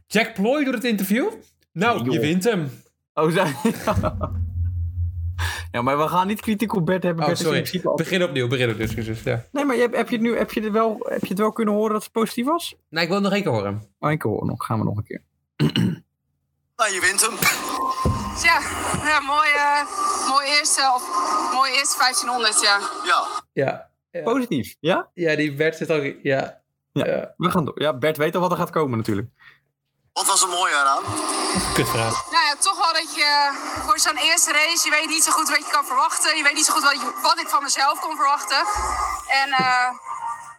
Speaker 1: Jack Ploy doet het interview. Nou,
Speaker 2: joh.
Speaker 1: je wint hem.
Speaker 2: Oh, zij... ja, maar we gaan niet kritiek op Bert hebben.
Speaker 1: Oh,
Speaker 2: Bert is in
Speaker 1: sorry.
Speaker 2: principe al-
Speaker 1: Begin opnieuw, begin opnieuw. excuses, Ja.
Speaker 2: Nee, maar heb, heb, je het nu, heb, je het wel, heb je het wel kunnen horen dat het positief was?
Speaker 1: Nou, ik wil het nog één keer horen.
Speaker 2: Oh, ik hoor nog. Gaan we nog een keer.
Speaker 5: Nou, je wint hem.
Speaker 6: Ja, ja mooi, eh mooi is eh, of mooi is 1500, ja.
Speaker 5: Ja.
Speaker 1: Ja,
Speaker 2: Positief, ja?
Speaker 1: ja die werd zit ook... Ja.
Speaker 2: Ja. We gaan door. Ja, Bert weet al wat er gaat komen natuurlijk.
Speaker 5: Wat was er mooi aan?
Speaker 1: Kutvraag.
Speaker 6: Nou ja, toch wel dat je eh, voor zo'n eerste race, je weet niet zo goed wat je kan verwachten. Je weet niet zo goed wat, je- wat ik van mezelf kon verwachten. En eh,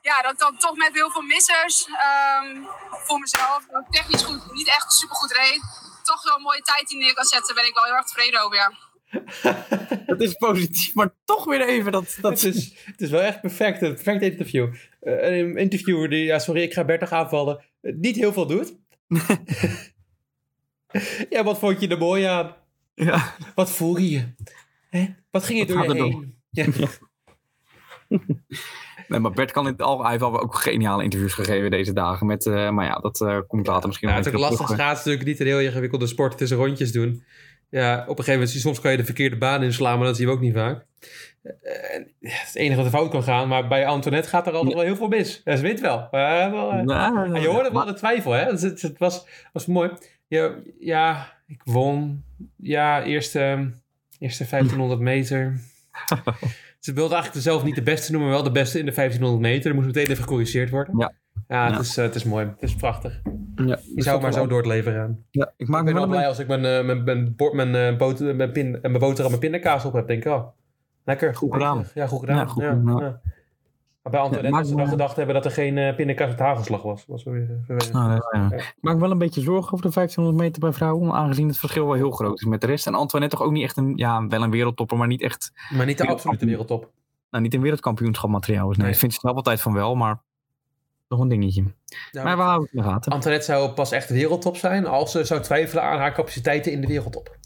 Speaker 6: ja, dat dan toch met heel veel missers ehm, voor mezelf. dat ik Technisch goed, niet echt super goed reed. Toch wel een mooie tijd die neer kan zetten, ben ik wel heel erg tevreden over, ja.
Speaker 2: Dat is positief, maar toch weer even dat...
Speaker 1: Het
Speaker 2: dat...
Speaker 1: is, het is wel echt perfect, een perfect interview. Eh, een interviewer die, ja sorry, ik ga Bert nog aanvallen, eh, niet heel veel doet. ja, wat vond je er mooi aan?
Speaker 2: Ja.
Speaker 1: Wat voelde je? Hè? Wat ging je
Speaker 2: Wat
Speaker 1: door je
Speaker 2: gaat er
Speaker 1: heen? Ja.
Speaker 2: Nee, maar Bert kan in het al... Hij heeft al ook geniale interviews gegeven deze dagen. Met, eh, maar ja, dat eh, komt later misschien
Speaker 1: Ja, Nou,
Speaker 2: nog
Speaker 1: het is
Speaker 2: een
Speaker 1: ook
Speaker 2: keer
Speaker 1: lastig
Speaker 2: op terug, eh.
Speaker 1: schaatsen, natuurlijk niet een heel ingewikkelde sport. Het is rondjes doen. Ja, op een gegeven moment, soms kan je de verkeerde baan inslaan, maar dat zien we ook niet vaak. Eh, en, ja, het is het enige wat er fout kan gaan, maar bij Antoinette gaat er altijd wel heel veel mis. Ja, ze wint wel. Maar, wel, eh,
Speaker 2: Nou,
Speaker 1: Ja, je hoorde wel de twijfel, hè? Dus Het, het- het was, was mooi. Ja, ja, ik won. Ja, eerste, eerste 1500 meter. Ze wilden eigenlijk zelf niet de beste noemen, maar wel de beste in de 1500 meter. Dat moest meteen even gecorrigeerd worden.
Speaker 2: Ja.
Speaker 1: Ja, het,
Speaker 2: Ja.
Speaker 1: Is, eh, het is mooi. Het is prachtig.
Speaker 2: Ja,
Speaker 1: Je zou maar zo door het leven gaan.
Speaker 2: Ja, ik maak
Speaker 1: Ik ben
Speaker 2: me wel
Speaker 1: al
Speaker 2: een
Speaker 1: blij
Speaker 2: beetje...
Speaker 1: als ik mijn, eh, mijn, mijn, bord- mijn, eh, boter, mijn, pin, eh, mijn boterham en pindakaas op heb. Denk ik, oh, lekker.
Speaker 2: Goed gedaan.
Speaker 1: Ja, goed gedaan. Ja,
Speaker 2: Ja, goed gedaan.
Speaker 1: ja. Maar bij Antoinette
Speaker 2: maar-
Speaker 1: dat ze dan gedacht hebben dat er geen eh, pindakaas met hagelslag was. was wel weer, eh, vervelend.
Speaker 2: Ah, dat is, ja. Ik maak me wel een beetje zorgen over de 1500 meter bij vrouwen, aangezien het verschil wel heel groot is met de rest. En Antoinette toch ook niet echt een, ja, wel een wereldtopper, maar niet echt,
Speaker 1: Maar niet de absolute wereldtop.
Speaker 2: nou niet een wereldkampioenschap materiaal is. Nee,
Speaker 1: Nee.
Speaker 2: ik vind ze wel altijd van wel, maar nog een dingetje.
Speaker 1: Ja,
Speaker 2: maar we houden het in de gaten.
Speaker 1: Antoinette zou pas echt wereldtop zijn als ze zou twijfelen aan haar capaciteiten in de wereldtop.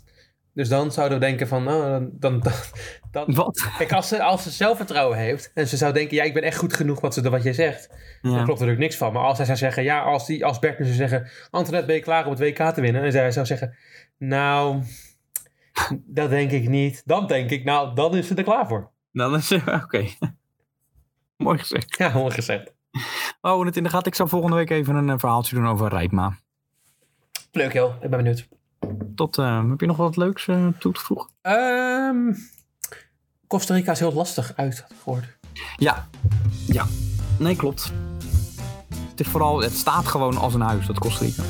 Speaker 1: Dus dan zouden we denken van, nou, dan, dan, dan, dan-
Speaker 2: Wat?
Speaker 1: Kijk, als ze, als ze zelfvertrouwen heeft en ze zou denken, ja, ik ben echt goed genoeg wat, ze, wat jij zegt, dan
Speaker 2: Ja.
Speaker 1: klopt er natuurlijk niks van. Maar als zij zou zeggen, ja, als, die, als Bert nu zou zeggen, Antoinette, ben je klaar om het WK te winnen? En zij zou zeggen, nou, dat denk ik niet. Dan denk ik, nou, dan is ze er klaar voor.
Speaker 2: Dan is oké. Mooi gezegd.
Speaker 1: Ja, mooi gezegd.
Speaker 2: Oh, en het in de gaten. Ik zal volgende week even een eh, verhaaltje doen over Rijpma.
Speaker 1: Leuk joh, ik ben benieuwd.
Speaker 2: Tot, eh, heb je nog wat leuks eh, toe te voegen?
Speaker 1: Ehm, Costa Rica is heel lastig uit, had ik gehoord.
Speaker 2: Ja. Ja. Nee, klopt. Het, is vooral, het staat gewoon als een huis, dat Costa Rica.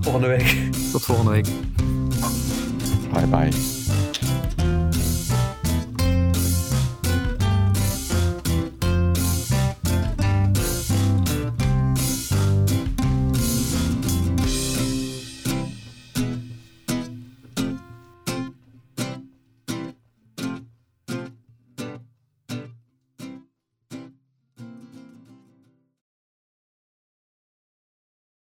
Speaker 1: volgende week.
Speaker 2: Tot volgende week.
Speaker 7: Bye bye.